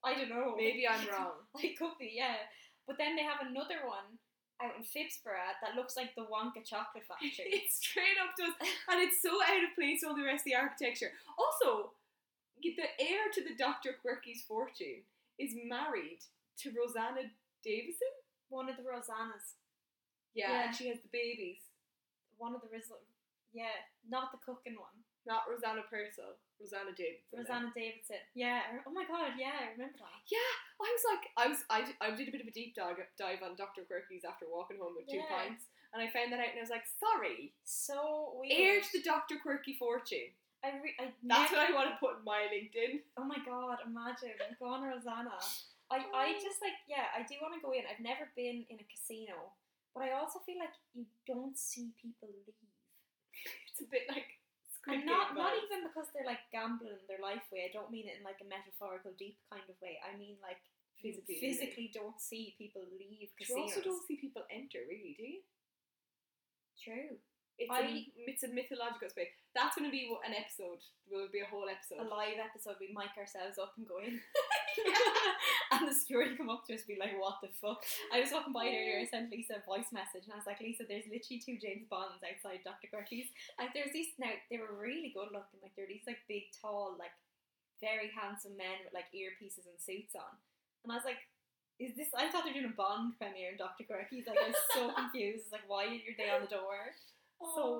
Speaker 2: I don't know.
Speaker 1: Maybe I'm wrong.
Speaker 2: Like could be, yeah. But then they have another one out in Phibsborough that looks like the Wonka chocolate factory.
Speaker 1: it straight up does, and it's so out of place with all the rest of the architecture. Also, get the heir to the Dr. Quirky's fortune is married to Rosanna Davison.
Speaker 2: one of the Rosannas.
Speaker 1: Yeah,
Speaker 2: Yeah.
Speaker 1: and she has the babies.
Speaker 2: One of the Riz yeah, not the cooking one.
Speaker 1: Not Rosanna Purcell, Rosanna Davison.
Speaker 2: Rosanna Davidson. Yeah. I- Oh my god, yeah, I remember that.
Speaker 1: Yeah, I was like, I was, I, d- I did a bit of a deep dive, dive on Dr. Quirky's after walking home with two
Speaker 2: Yeah.
Speaker 1: pints, and I found that out, and I was like, sorry,
Speaker 2: So
Speaker 1: heir
Speaker 2: weird.
Speaker 1: to the Dr. Quirky fortune.
Speaker 2: I re- I
Speaker 1: That's
Speaker 2: never-
Speaker 1: what I want to put in my LinkedIn.
Speaker 2: Oh my god, imagine. Go on Rosanna. I, I
Speaker 1: Oh.
Speaker 2: just like yeah, I do want to go in. I've never been in a casino, but I also feel like you don't see people leave.
Speaker 1: It's a bit like Squid
Speaker 2: And not
Speaker 1: Game
Speaker 2: not
Speaker 1: vibes.
Speaker 2: even because they're like gambling their life away. I don't mean it in like a metaphorical, deep kind of way. I mean like you
Speaker 1: Physically leaving.
Speaker 2: physically don't see people leave
Speaker 1: But You
Speaker 2: casinos.
Speaker 1: also don't see people enter, really, do you?
Speaker 2: True.
Speaker 1: It's, a
Speaker 2: I-
Speaker 1: it's a mythological space. That's going to be an episode. Will be a whole episode.
Speaker 2: A live episode, we mic ourselves up and go in. and the security come up to us, and be like, "What the fuck?" I was walking by earlier. I sent Lisa a voice message, and I was like, "Lisa, there's literally two James Bonds outside Dr. Gertie's. Like, there's these now. They were really good looking. Like, they're these like big, tall, like very handsome men with like earpieces and suits on. And I was like, is this? I thought they're doing a Bond premiere in Dr. Quirky's. Like, I was so confused. It's like, why are they on the door?
Speaker 1: Oh.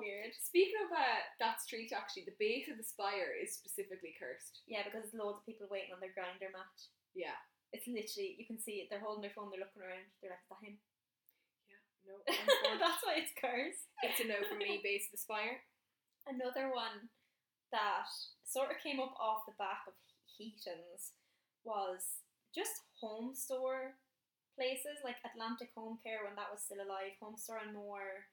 Speaker 2: So weird.
Speaker 1: Speaking of uh, that street, actually, the base of the spire is specifically cursed.
Speaker 2: Yeah, because there's loads of people waiting on their grinder match.
Speaker 1: Yeah.
Speaker 2: It's literally, you can see it. They're holding their phone, they're looking around. They're like, is that him?
Speaker 1: Yeah. No. I'm for it.
Speaker 2: That's why it's cursed.
Speaker 1: it's a no for me. Base of the spire.
Speaker 2: Another one that sort of came up off the back of Heaton's was just home store places like Atlantic Home Care when that was still alive, Home Store and More,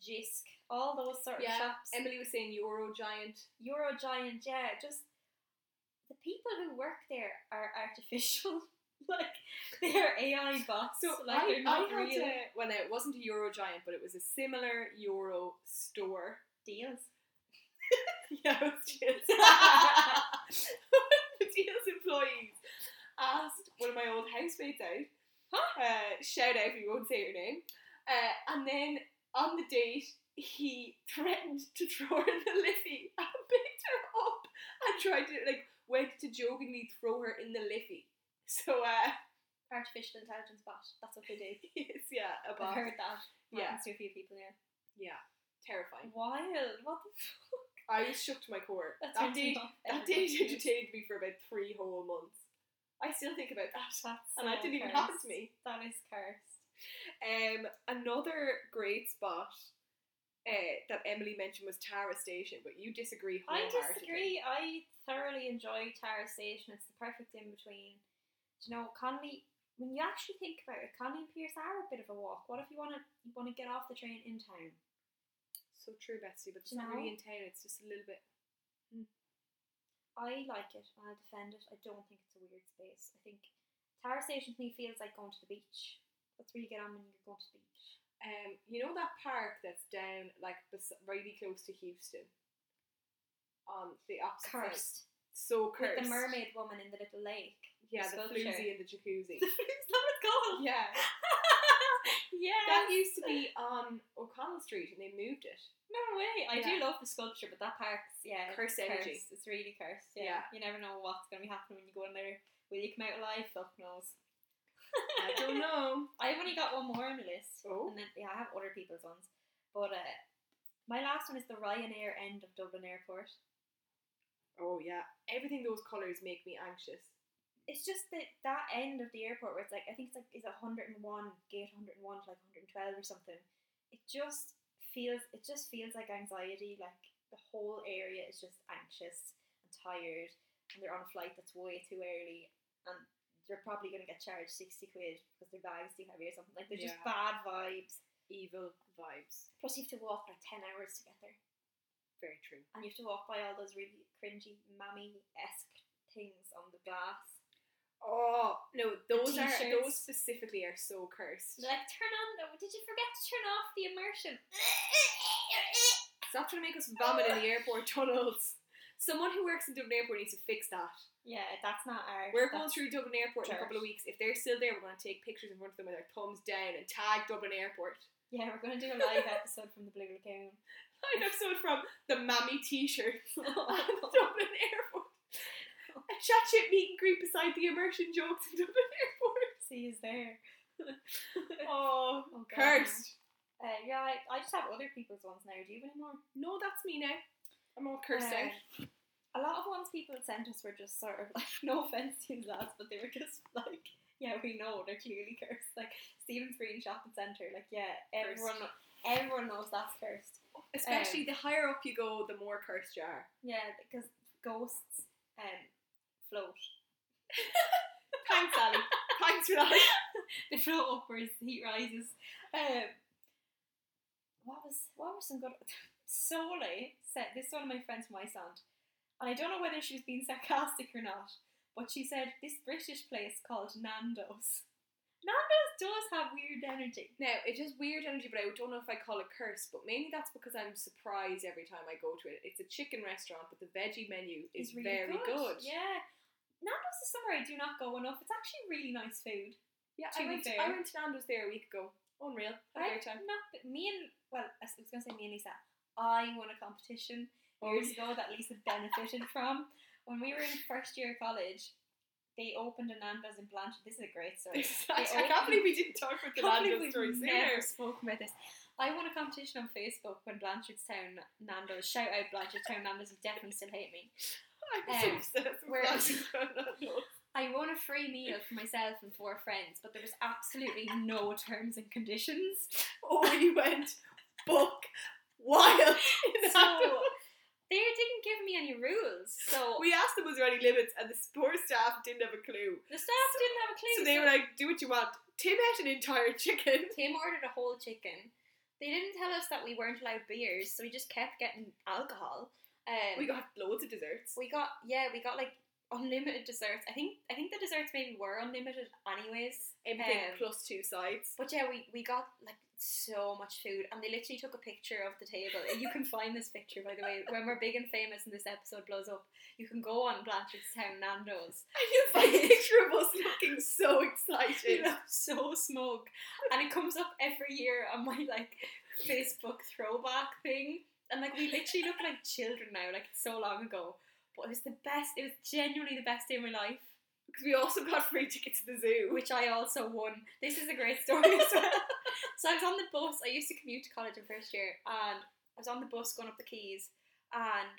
Speaker 2: Jisk, all those sort
Speaker 1: Yeah.
Speaker 2: of shops.
Speaker 1: Emily was saying Euro Giant.
Speaker 2: Eurogiant, yeah, just the people who work there are artificial. like they're AI bots.
Speaker 1: So
Speaker 2: like
Speaker 1: I,
Speaker 2: they're not
Speaker 1: I had
Speaker 2: real
Speaker 1: a, well, no, it wasn't a Euro Giant, but it was a similar Euro store.
Speaker 2: deals.
Speaker 1: yeah, it was just the deals employees asked one of my old housemates out. Uh, shout out, we won't say her name. Uh, and then on the date, he threatened to throw her in the liffey and picked her up and tried to like went to jokingly throw her in the liffey. So uh,
Speaker 2: Artificial intelligence bot. That's what they do.
Speaker 1: it's yeah, a
Speaker 2: I've
Speaker 1: bot.
Speaker 2: heard that.
Speaker 1: Yeah.
Speaker 2: Happens to a few people, yeah.
Speaker 1: Yeah, terrifying.
Speaker 2: Wild. What the fuck?
Speaker 1: I was shook to my core.
Speaker 2: That's
Speaker 1: that date,
Speaker 2: not
Speaker 1: that
Speaker 2: everyone
Speaker 1: date
Speaker 2: should do.
Speaker 1: entertained me for about three whole months. I still think about that,
Speaker 2: That's
Speaker 1: and
Speaker 2: so
Speaker 1: that didn't even
Speaker 2: cursed.
Speaker 1: happen to me.
Speaker 2: That is cursed.
Speaker 1: Um, another great spot uh, that Emily mentioned was Tara Station, but you disagree.
Speaker 2: I
Speaker 1: wholeheartedly.
Speaker 2: disagree. I thoroughly enjoy Tara Station. It's the perfect in between. Do you know Conley? When you actually think about it, Conley and Pierce are a bit of a walk. What if you want to you want to get off the train in town?
Speaker 1: So true, Betsy, but it's
Speaker 2: Do you
Speaker 1: not really
Speaker 2: know?
Speaker 1: in town. It's just a little bit.
Speaker 2: I like it and I defend it. I don't think it's a weird space. I think Tara Station to me feels like going to the beach. That's where you get on when you go to the beach.
Speaker 1: Um, you know that park that's down like bes- really close to Houston, on the opposite side?
Speaker 2: Cursed.
Speaker 1: So cursed.
Speaker 2: With the mermaid woman in the little lake.
Speaker 1: Yeah,
Speaker 2: the
Speaker 1: the,
Speaker 2: sculpture.
Speaker 1: floozy and the jacuzzi.
Speaker 2: Is that what it's called?
Speaker 1: yeah,
Speaker 2: yeah.
Speaker 1: that used to be on O'Connell Street, and they moved it.
Speaker 2: No way. I do
Speaker 1: Yeah.
Speaker 2: love the sculpture, but that park's yeah, it's
Speaker 1: Cursed energy.
Speaker 2: It's really cursed. Yeah. You never know what's gonna be happening when you go in there. Will you come out alive? Fuck knows.
Speaker 1: I don't know.
Speaker 2: I've only got one more on the list,
Speaker 1: Oh.
Speaker 2: and then yeah, I have other people's ones, but uh, my last one is the Ryanair end of Dublin Airport.
Speaker 1: Oh yeah, everything those colours make me anxious.
Speaker 2: It's just that that end of the airport where it's like I think it's like is hundred and one gate hundred and one to like hundred and twelve or something. It just feels it just feels like anxiety. Like the whole area is just anxious and tired, and they're on a flight that's way too early, and they're probably gonna get charged sixty quid because their bag's too heavy or something. Like they're just
Speaker 1: Yeah.
Speaker 2: bad vibes.
Speaker 1: Evil vibes.
Speaker 2: Plus, you have to walk like ten hours to get there.
Speaker 1: Very true.
Speaker 2: and you have to walk by all those really cringy mammy esque things on the glass.
Speaker 1: Oh no, those are
Speaker 2: t-shirts.
Speaker 1: those specifically are so cursed.
Speaker 2: They're like, turn on. oh, Did you forget to turn off the immersion?
Speaker 1: Stop trying to make us vomit in the airport tunnels. Someone who works in Dublin Airport needs to fix that.
Speaker 2: yeah, that's not our.
Speaker 1: We're going
Speaker 2: that's-
Speaker 1: through Dublin Airport in a couple of
Speaker 2: dirt.
Speaker 1: weeks. If they're still there, we're going to take pictures in front of them with our thumbs down and tag Dublin Airport.
Speaker 2: Yeah, we're gonna do a live episode from the Blue Lagoon.
Speaker 1: An episode from the Mammy T-shirt at
Speaker 2: oh
Speaker 1: Dublin Airport. A chat shit meet and greet beside the immersion jokes in Dublin Airport.
Speaker 2: see, is there?
Speaker 1: Oh,
Speaker 2: Oh, God,
Speaker 1: cursed.
Speaker 2: no. Uh, yeah, I, I just have other people's ones now. Do you have any more?
Speaker 1: No, that's me now. I'm all cursed
Speaker 2: Uh, A
Speaker 1: out.
Speaker 2: lot of ones people sent us were just sort of like, no offense to you lads, but they were just like, yeah, we know they're clearly cursed. Like Stephen's Green Shopping Centre, like yeah, everyone, everyone knows that's cursed. Um,
Speaker 1: Especially the higher up you go, the more cursed you are.
Speaker 2: Yeah, because ghosts um float.
Speaker 1: Thanks, Ali. Thanks for that.
Speaker 2: They float upwards. The heat rises. Um, what was what were some good? Sole said this is one of my friends from Iceland, and I don't know whether she was being sarcastic or not, but she said this British place called Nando's. Nando's does have weird energy.
Speaker 1: Now, it's just weird energy, but I don't know if I call it curse, but mainly that's because I'm surprised every time I go to it. It's a chicken restaurant, but the veggie menu is
Speaker 2: It's really
Speaker 1: very good.
Speaker 2: Yeah, Nando's is somewhere I do not go enough. It's actually really nice food.
Speaker 1: Yeah,
Speaker 2: To
Speaker 1: I
Speaker 2: be
Speaker 1: went,
Speaker 2: fair.
Speaker 1: I went to Nando's there a week ago. Unreal. Had a
Speaker 2: I've
Speaker 1: great time.
Speaker 2: not been, me and well, I s- I was gonna say me and Lisa. I won a competition
Speaker 1: Oh,
Speaker 2: years ago that Lisa benefited from when we were in first year of college. They opened a Nando's in Blanche. This is a great story.
Speaker 1: I can't believe we didn't talk about the
Speaker 2: Can't believe
Speaker 1: Nando's
Speaker 2: we've
Speaker 1: story
Speaker 2: never
Speaker 1: sooner.
Speaker 2: spoken about this. I won a competition on Facebook when Blanchardstown Nando's shout out Blanchardstown Nando's will definitely still hate me.
Speaker 1: I'm so
Speaker 2: Um,
Speaker 1: obsessed with
Speaker 2: we're-
Speaker 1: Nando's and Nando's.
Speaker 2: I won a free meal for myself and four friends, but there was absolutely no terms and conditions.
Speaker 1: Oh, we went book wild. in
Speaker 2: So
Speaker 1: Nando's.
Speaker 2: they didn't give me any rules. So
Speaker 1: We asked them was there any limits, and the poor staff didn't have a clue.
Speaker 2: The staff didn't have a clue.
Speaker 1: So they were like, "Do what you want." Tim ate an entire chicken.
Speaker 2: Tim ordered a whole chicken, They didn't tell us that we weren't allowed beers, so we just kept getting alcohol. Um,
Speaker 1: We got loads of desserts.
Speaker 2: we got yeah, we got like unlimited desserts. I think I think the desserts maybe were unlimited anyways.
Speaker 1: Everything
Speaker 2: um,
Speaker 1: plus two sides.
Speaker 2: But yeah, we, we got like so much food, and they literally took a picture of the table. You can find this picture, by the way, when we're big and famous and this episode blows up. You can go on Blanchardstown Nando's.
Speaker 1: And you find a picture of us looking so
Speaker 2: We
Speaker 1: excited.
Speaker 2: look so smug, and it comes up every year on my like Facebook throwback thing. And like we literally look like children now, like it's so long ago. But it was the best. It was genuinely the best day of my life,
Speaker 1: Because we also got free tickets to the zoo.
Speaker 2: which I also won. This is a great story as well. So I was on the bus. I used to commute to college in first year, and I was on the bus going up the keys, and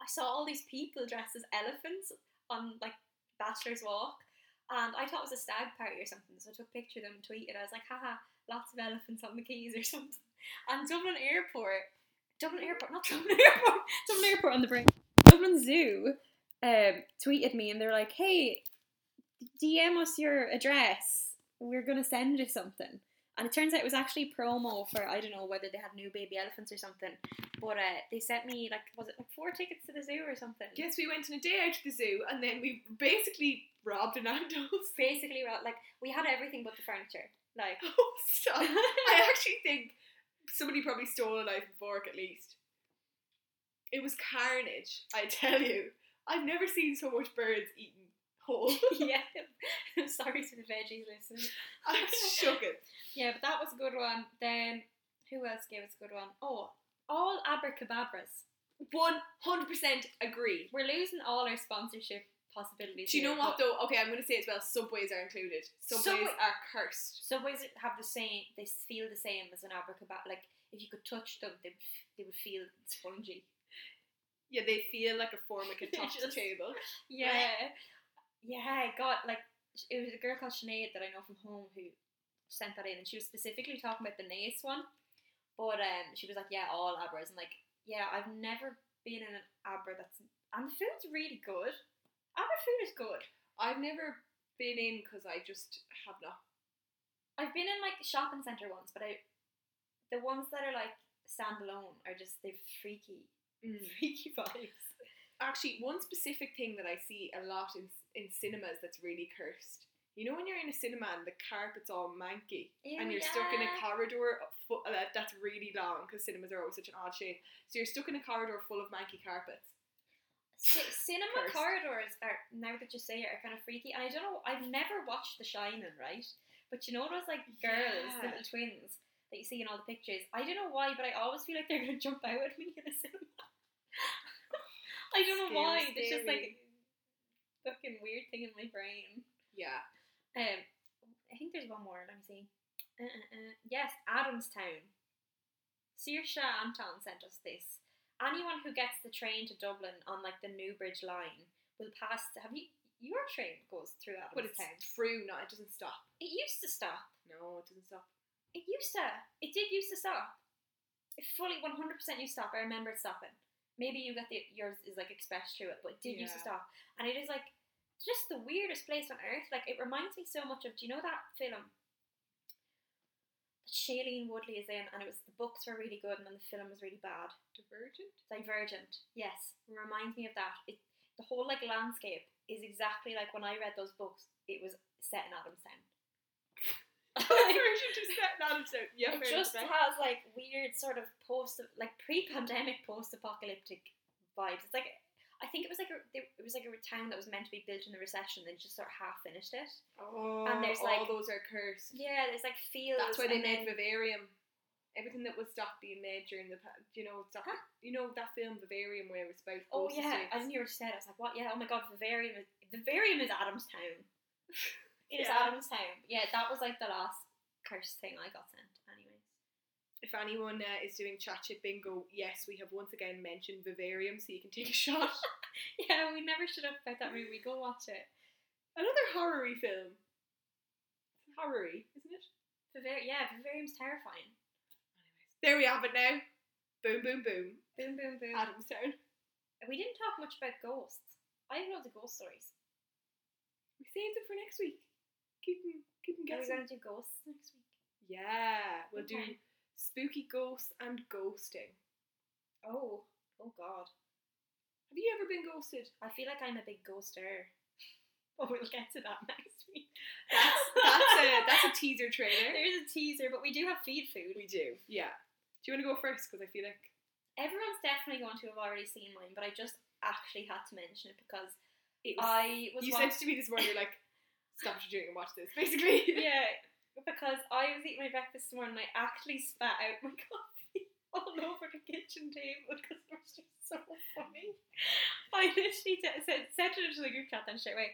Speaker 2: I saw all these people dressed as elephants on like Bachelor's Walk, and I thought it was a stag party or something. So I took a picture of them and tweeted. I was like, "Haha, lots of elephants on the keys or something." And Dublin Airport, Dublin Airport, not Dublin Airport, Dublin Airport on the brain, Dublin Zoo, um, tweeted me, and they're like, "Hey, DM us your address. We're gonna send you something." And it turns out it was actually promo for I don't know whether they had new baby elephants or something. But uh, they sent me like was it like four tickets to the zoo or something?
Speaker 1: Yes, we went on a day out to the zoo and then we basically robbed an Nando's.
Speaker 2: Basically, well, like we had everything but the furniture. Like
Speaker 1: Oh, stop. I actually think somebody probably stole a knife and fork at least. It was carnage, I tell you. I've never seen so much birds eaten whole.
Speaker 2: yeah, sorry to the veggies listening.
Speaker 1: I shook it.
Speaker 2: Yeah, but that was a good one. Then who else gave us a good one? Oh, all abracababras.
Speaker 1: 100% agree.
Speaker 2: We're losing all our sponsorship possibilities.
Speaker 1: Do you know
Speaker 2: here,
Speaker 1: what
Speaker 2: but
Speaker 1: though? Okay, I'm going to say as well, subways are included. Subways
Speaker 2: Subway-
Speaker 1: are cursed.
Speaker 2: Subways have the same. They feel the same as an abracababra. Like if you could touch them, they would f- they would feel spongy.
Speaker 1: Yeah, they feel like a formica
Speaker 2: They
Speaker 1: top
Speaker 2: just-
Speaker 1: table.
Speaker 2: Yeah. Yeah, I got like sh- it was a girl called Sinead that I know from home who sent that in and she was specifically talking about the NACE one. But um she was like, Yeah, all abras and like, yeah, I've never been in an abra that's and the food's really good. Abra food is good.
Speaker 1: I've never been in because I just have not.
Speaker 2: I've been in like shopping centre ones, but I the ones that are like standalone are just they're freaky.
Speaker 1: Mm.
Speaker 2: Freaky vibes.
Speaker 1: Actually, one specific thing that I see a lot in in cinemas that's really cursed. You know when you're in a cinema and the carpet's all manky and you're stuck in a
Speaker 2: Yeah.
Speaker 1: corridor of fu- uh, that's really long because cinemas are always such an odd shape. So you're stuck in a corridor full of manky carpets.
Speaker 2: C- cinema
Speaker 1: Cursed.
Speaker 2: corridors are now that you say it are kind of freaky, and I don't know. I've never watched The Shining, right? But you know those like girls, the
Speaker 1: Yeah.
Speaker 2: little twins that you see in all the pictures. I don't know why, but I always feel like they're gonna jump out at me in a cinema. I don't know
Speaker 1: Scary,
Speaker 2: why. It's just like
Speaker 1: scary.
Speaker 2: a fucking weird thing in my brain.
Speaker 1: Yeah.
Speaker 2: Um, I think there's one more. Let me see. Uh, uh, uh. Yes, Adamstown. Saoirse Anton sent us this. Anyone who gets the train to Dublin on like the Newbridge line will pass. Have you? Your train goes through
Speaker 1: But it's
Speaker 2: Adamstown.
Speaker 1: through now, it doesn't stop.
Speaker 2: It used to stop.
Speaker 1: No, it doesn't stop.
Speaker 2: It used to. It did used to stop. It fully one hundred percent used to stop. I remember it stopping. Maybe you got the yours is like expressed through it, but it did used to
Speaker 1: Yeah.
Speaker 2: stop. And it is like just the weirdest place on earth. Like it reminds me so much of. Do you know that film? that Shailene Woodley is in, and it was the books were really good, and then the film was really bad.
Speaker 1: Divergent?
Speaker 2: Divergent, yes, it reminds me of that. It the whole like landscape is exactly like when I read those books. It was set in Adamstown.
Speaker 1: Divergent is set in Adamstown. Yeah,
Speaker 2: It
Speaker 1: fair
Speaker 2: just
Speaker 1: enough.
Speaker 2: has like weird sort of post like pre-pandemic post-apocalyptic vibes. It's like I think it was like a it was like a town that was meant to be built in the recession and just sort of half finished it.
Speaker 1: Oh,
Speaker 2: And there's,
Speaker 1: all
Speaker 2: like-
Speaker 1: those are cursed.
Speaker 2: Yeah, there's like fields.
Speaker 1: That's why they
Speaker 2: and
Speaker 1: made
Speaker 2: then-
Speaker 1: Vivarium. Everything that was stopped being made during the, pa- you know, stop,
Speaker 2: Huh?
Speaker 1: you know that film Vivarium where it's about.
Speaker 2: Oh
Speaker 1: ghost
Speaker 2: yeah,
Speaker 1: estates?
Speaker 2: I didn't hear what you said. I was like, what? Yeah. Oh my god, Vivarium is Vivarium is Adamstown. It is
Speaker 1: Yeah.
Speaker 2: Adamstown. Yeah, that was like the last cursed thing I got sent. Anyways.
Speaker 1: If anyone uh, is doing chat shit bingo, yes, we have once again mentioned Vivarium, so you can take a shot.
Speaker 2: Yeah, we never should have about that movie. Go watch it.
Speaker 1: Another horror-y film. Horror-y, isn't it?
Speaker 2: Vivar- yeah, Vivarium's terrifying.
Speaker 1: There we have it now. Boom, boom, boom.
Speaker 2: Boom, boom, boom.
Speaker 1: Adamstown.
Speaker 2: We didn't talk much about ghosts. I have loads of ghost stories.
Speaker 1: We saved them for next week. Keep them, keep
Speaker 2: Are
Speaker 1: them
Speaker 2: we
Speaker 1: guessing.
Speaker 2: going to do ghosts next week?
Speaker 1: Yeah, we'll do
Speaker 2: Okay.
Speaker 1: spooky ghosts and ghosting.
Speaker 2: Oh,
Speaker 1: Oh God, have you ever been ghosted?
Speaker 2: I feel like I'm a big ghoster. But we'll get to that next week.
Speaker 1: That's that's a that's a teaser trailer.
Speaker 2: There's a teaser, but we do have feed food.
Speaker 1: We do, yeah. Do you want to go first? Because I feel like
Speaker 2: Everyone's definitely going to have already seen mine, but I just actually had to mention it because
Speaker 1: it was.
Speaker 2: I was
Speaker 1: you
Speaker 2: watching.
Speaker 1: said to me this morning, you're like, stop what you're doing and watch this. Basically,
Speaker 2: yeah, because I was eating my breakfast this morning and I actually spat out my coffee all over the kitchen table because it was just so funny. I literally t- said, said it to the group chat then straight away.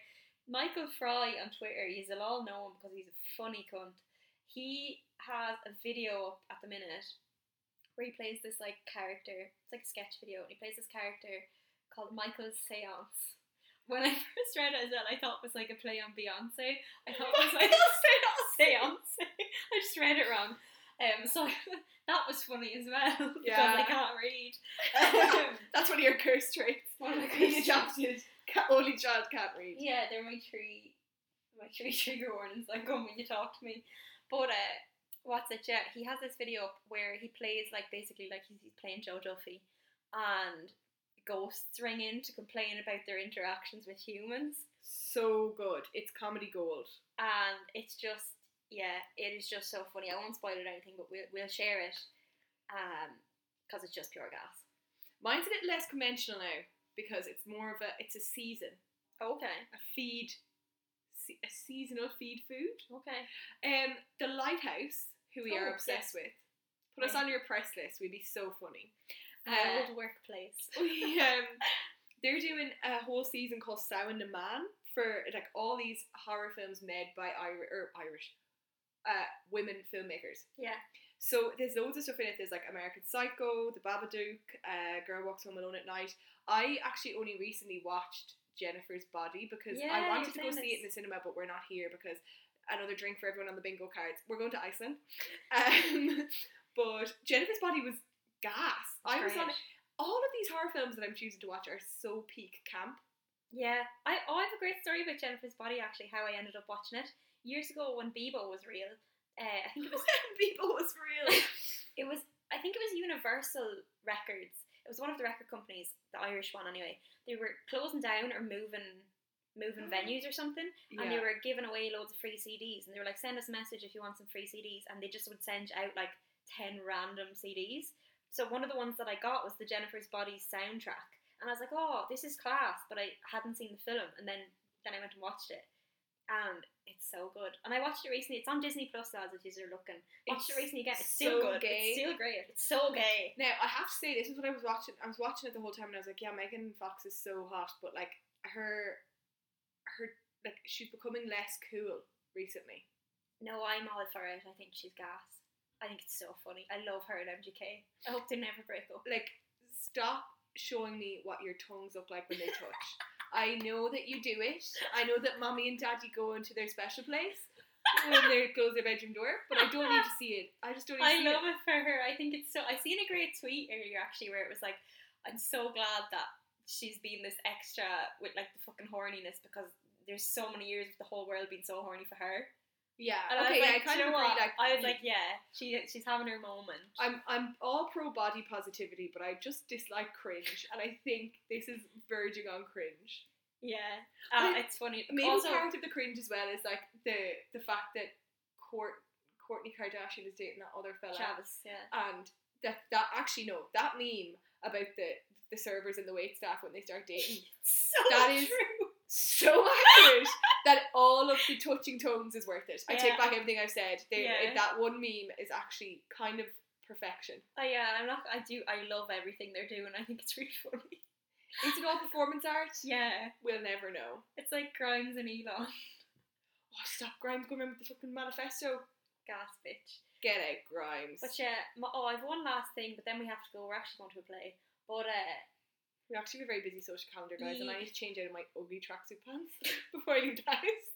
Speaker 2: Michael Fry on Twitter, you'll all know him because he's a funny cunt. He has a video up at the minute where he plays this like character. It's like a sketch video, and he plays this character called Michael's Seance. When I first read it as well, I thought it was like a play on Beyonce. I thought it was like Seance. I just read it wrong. Um, so that was funny as well because I
Speaker 1: Yeah.
Speaker 2: can't read. Um,
Speaker 1: that's one of your curse traits.
Speaker 2: one of the
Speaker 1: Being
Speaker 2: questions-
Speaker 1: adopted, Ca- only child can't read.
Speaker 2: Yeah, they're my three, my three trigger warnings that come when you talk to me. But uh, what's it? Yeah, he has this video up where he plays like basically like he's, he's playing Joe Duffy, and ghosts ring in to complain about their interactions with humans,
Speaker 1: So good. It's comedy gold.
Speaker 2: and it's just yeah, it is just so funny. I won't spoil it or anything, but we'll we'll share it, um, because it's just pure gas.
Speaker 1: Mine's a bit less conventional now because it's more of a it's a season,
Speaker 2: Okay.
Speaker 1: a feed, se- a seasonal feed food.
Speaker 2: Okay.
Speaker 1: Um, the lighthouse, who we
Speaker 2: Oh,
Speaker 1: are obsessed with, put us
Speaker 2: Yeah.
Speaker 1: on your press list. We'd be so funny.
Speaker 2: My
Speaker 1: Uh,
Speaker 2: old workplace.
Speaker 1: we, um, they're doing a whole season called Sound and Man for like all these horror films made by Irish or Irish uh, women filmmakers.
Speaker 2: Yeah.
Speaker 1: So there's loads of stuff in it. There's like American Psycho, The Babadook, uh, Girl Walks Home Alone at Night. I actually only recently watched Jennifer's Body because
Speaker 2: Yeah,
Speaker 1: I wanted to
Speaker 2: you're
Speaker 1: go
Speaker 2: saying
Speaker 1: see it in the cinema, but we're not here because another drink for everyone on the bingo cards. We're going to Iceland. Um, but Jennifer's Body was gas. I was on
Speaker 2: Great.
Speaker 1: all of these horror films that I'm choosing to watch are so peak camp.
Speaker 2: Yeah, I, oh, I have a great story about Jennifer's Body actually, how I ended up watching it. Years ago when Bebo was real, uh, I think it was,
Speaker 1: People was Oh, real.
Speaker 2: it was, I think it was Universal Records. It was one of the record companies, the Irish one anyway. They were closing down or moving,
Speaker 1: Oh.
Speaker 2: moving venues or something, and they
Speaker 1: Yeah.
Speaker 2: were giving away loads of free CDs. And they were like, send us a message if you want some free CDs, and they just would send out like ten random CDs. So one of the ones that I got was the Jennifer's Body soundtrack, and I was like, "Oh, this is class!" But I hadn't seen the film, and then then I went and watched it, and it's so good. And I watched it recently. It's on Disney Plus, lads, if you're looking. Watched it
Speaker 1: It's
Speaker 2: recently again. It's
Speaker 1: so
Speaker 2: still good.
Speaker 1: gay.
Speaker 2: It's still great. It's so gay.
Speaker 1: Now I have to say this is what I was watching. I was watching it the whole time, and I was like, "Yeah, Megan Fox is so hot," but like her, her like she's becoming less cool recently.
Speaker 2: No, I'm all for it. I think she's gas. I think it's so funny. I love her and MGK. I hope they never break up.
Speaker 1: Like, stop showing me what your tongues look like when they touch. I know that you do it. I know that mommy and daddy go into their special place when they close their bedroom door, but I don't need to see it. I just don't. Need to
Speaker 2: I
Speaker 1: see
Speaker 2: love it for her. I think it's so. I seen a great tweet earlier actually where it was like, I'm so glad that she's been this extra with like the fucking horniness because there's so many years of the whole world being so horny for her.
Speaker 1: It. Yeah.
Speaker 2: And I
Speaker 1: okay.
Speaker 2: was like,
Speaker 1: yeah, I kind
Speaker 2: "Do
Speaker 1: of
Speaker 2: you know
Speaker 1: agree.
Speaker 2: what?"
Speaker 1: Like,
Speaker 2: I was
Speaker 1: you-
Speaker 2: like, yeah, she she's having her moment.
Speaker 1: I'm I'm all pro body positivity, but I just dislike cringe, and I think this is verging on cringe.
Speaker 2: yeah, uh,
Speaker 1: Wait,
Speaker 2: it's funny.
Speaker 1: Maybe
Speaker 2: also,
Speaker 1: part of the cringe as well is like the the fact that Court Courtney Kardashian is dating that other fella,
Speaker 2: Travis, yeah,
Speaker 1: and that that actually no, that meme about the the servers and the wait staff when they start dating
Speaker 2: so
Speaker 1: That is-
Speaker 2: true.
Speaker 1: so accurate that all of the touching tones is worth it. I
Speaker 2: Yeah.
Speaker 1: take back everything I've said. They,
Speaker 2: Yeah.
Speaker 1: That one meme is actually kind of perfection.
Speaker 2: Oh yeah, I'm not. I do. I love everything they're doing. I think it's really funny.
Speaker 1: Is it all performance art?
Speaker 2: Yeah,
Speaker 1: We'll never know.
Speaker 2: it's like Grimes and Elon.
Speaker 1: Oh, stop Grimes coming in with the fucking manifesto.
Speaker 2: Gas bitch.
Speaker 1: Get out, Grimes.
Speaker 2: But yeah, my, oh, I've one last thing, but then we have to go. We're actually going to a play. But uh,
Speaker 1: We actually have a very busy social calendar, guys, and
Speaker 2: Ye-
Speaker 1: I need to change out of my ugly tracksuit pants before I leave the house.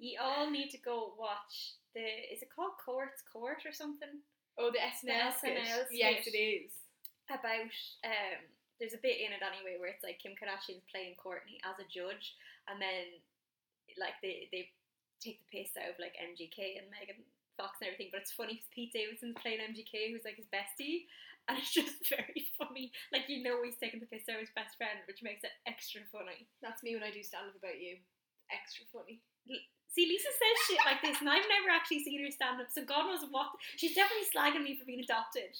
Speaker 2: you all need to go watch the. Is it called Court's Court or something?
Speaker 1: Oh, the SNL,
Speaker 2: The
Speaker 1: skit.
Speaker 2: SNL
Speaker 1: Yes,
Speaker 2: skit.
Speaker 1: it is.
Speaker 2: About um, there's a bit in it anyway where it's like Kim Kardashian's playing Courtney as a judge, and then like they they take the piss out of like MGK and Megan Fox and everything, but it's funny because Pete Davidson's playing MGK, who's like his bestie, and it's just very funny. Like you know he's taking the piss out of his best friend, which makes it extra funny.
Speaker 1: That's me when I do stand up about you. Extra funny.
Speaker 2: See, Lisa says shit like this, and I've never actually seen her stand up, so God knows what. She's definitely slagging me for being adopted.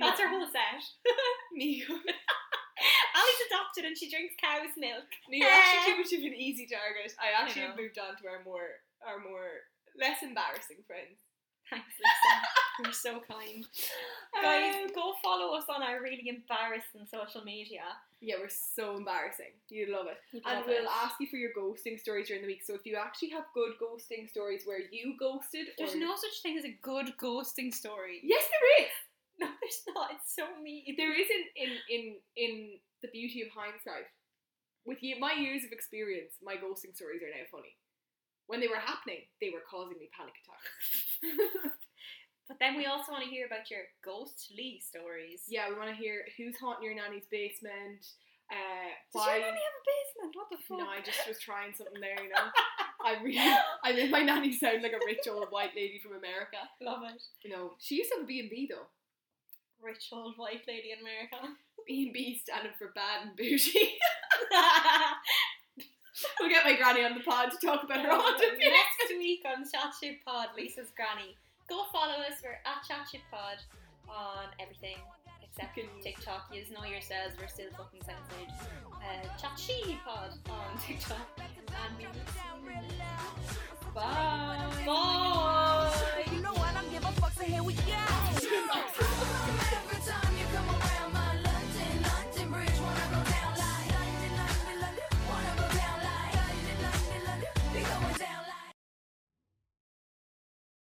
Speaker 2: That's her whole set.
Speaker 1: New York.
Speaker 2: Ali's adopted, and she drinks cow's milk.
Speaker 1: New York's too much of an easy target. I actually
Speaker 2: Eh. know.
Speaker 1: have moved on to our more our more less embarrassing friends.
Speaker 2: Thanks, Lisa. You're so kind. Guys,
Speaker 1: Um,
Speaker 2: go follow us on our really embarrassing social media.
Speaker 1: yeah, we're so embarrassing. You'd love it.
Speaker 2: You'd
Speaker 1: And
Speaker 2: love
Speaker 1: we'll
Speaker 2: it.
Speaker 1: ask you for your ghosting stories during the week. So if you actually have good ghosting stories where you ghosted,
Speaker 2: There's
Speaker 1: or-
Speaker 2: no such thing as a good ghosting story.
Speaker 1: Yes, there is.
Speaker 2: No, there's not. It's so mean.
Speaker 1: There is in in in in the beauty of hindsight. With you, my years of experience, my ghosting stories are now funny. When they were happening, they were causing me panic attacks.
Speaker 2: But then we also want to hear about your ghostly stories.
Speaker 1: yeah, we want to hear who's haunting your nanny's basement. Uh,
Speaker 2: Does
Speaker 1: why?
Speaker 2: your nanny have a basement? What the fuck?
Speaker 1: No, I just was trying something there, you know. I really, I made my nanny sound like a rich old white lady from America.
Speaker 2: love it.
Speaker 1: You know, she used to have a B and B though.
Speaker 2: Rich old white lady in America.
Speaker 1: B and B standing for bad and bougie. we'll get my granny on the pod to talk about her
Speaker 2: Oh,
Speaker 1: haunted place.
Speaker 2: Next week on Chat Shit Pod, Lisa's granny. Go follow us. We're at Chat Shit Pod on everything except
Speaker 1: Fucking-
Speaker 2: TikTok. You just know yourselves. We're still fucking censored. Uh, Chat Shit Pod on TikTok. And we will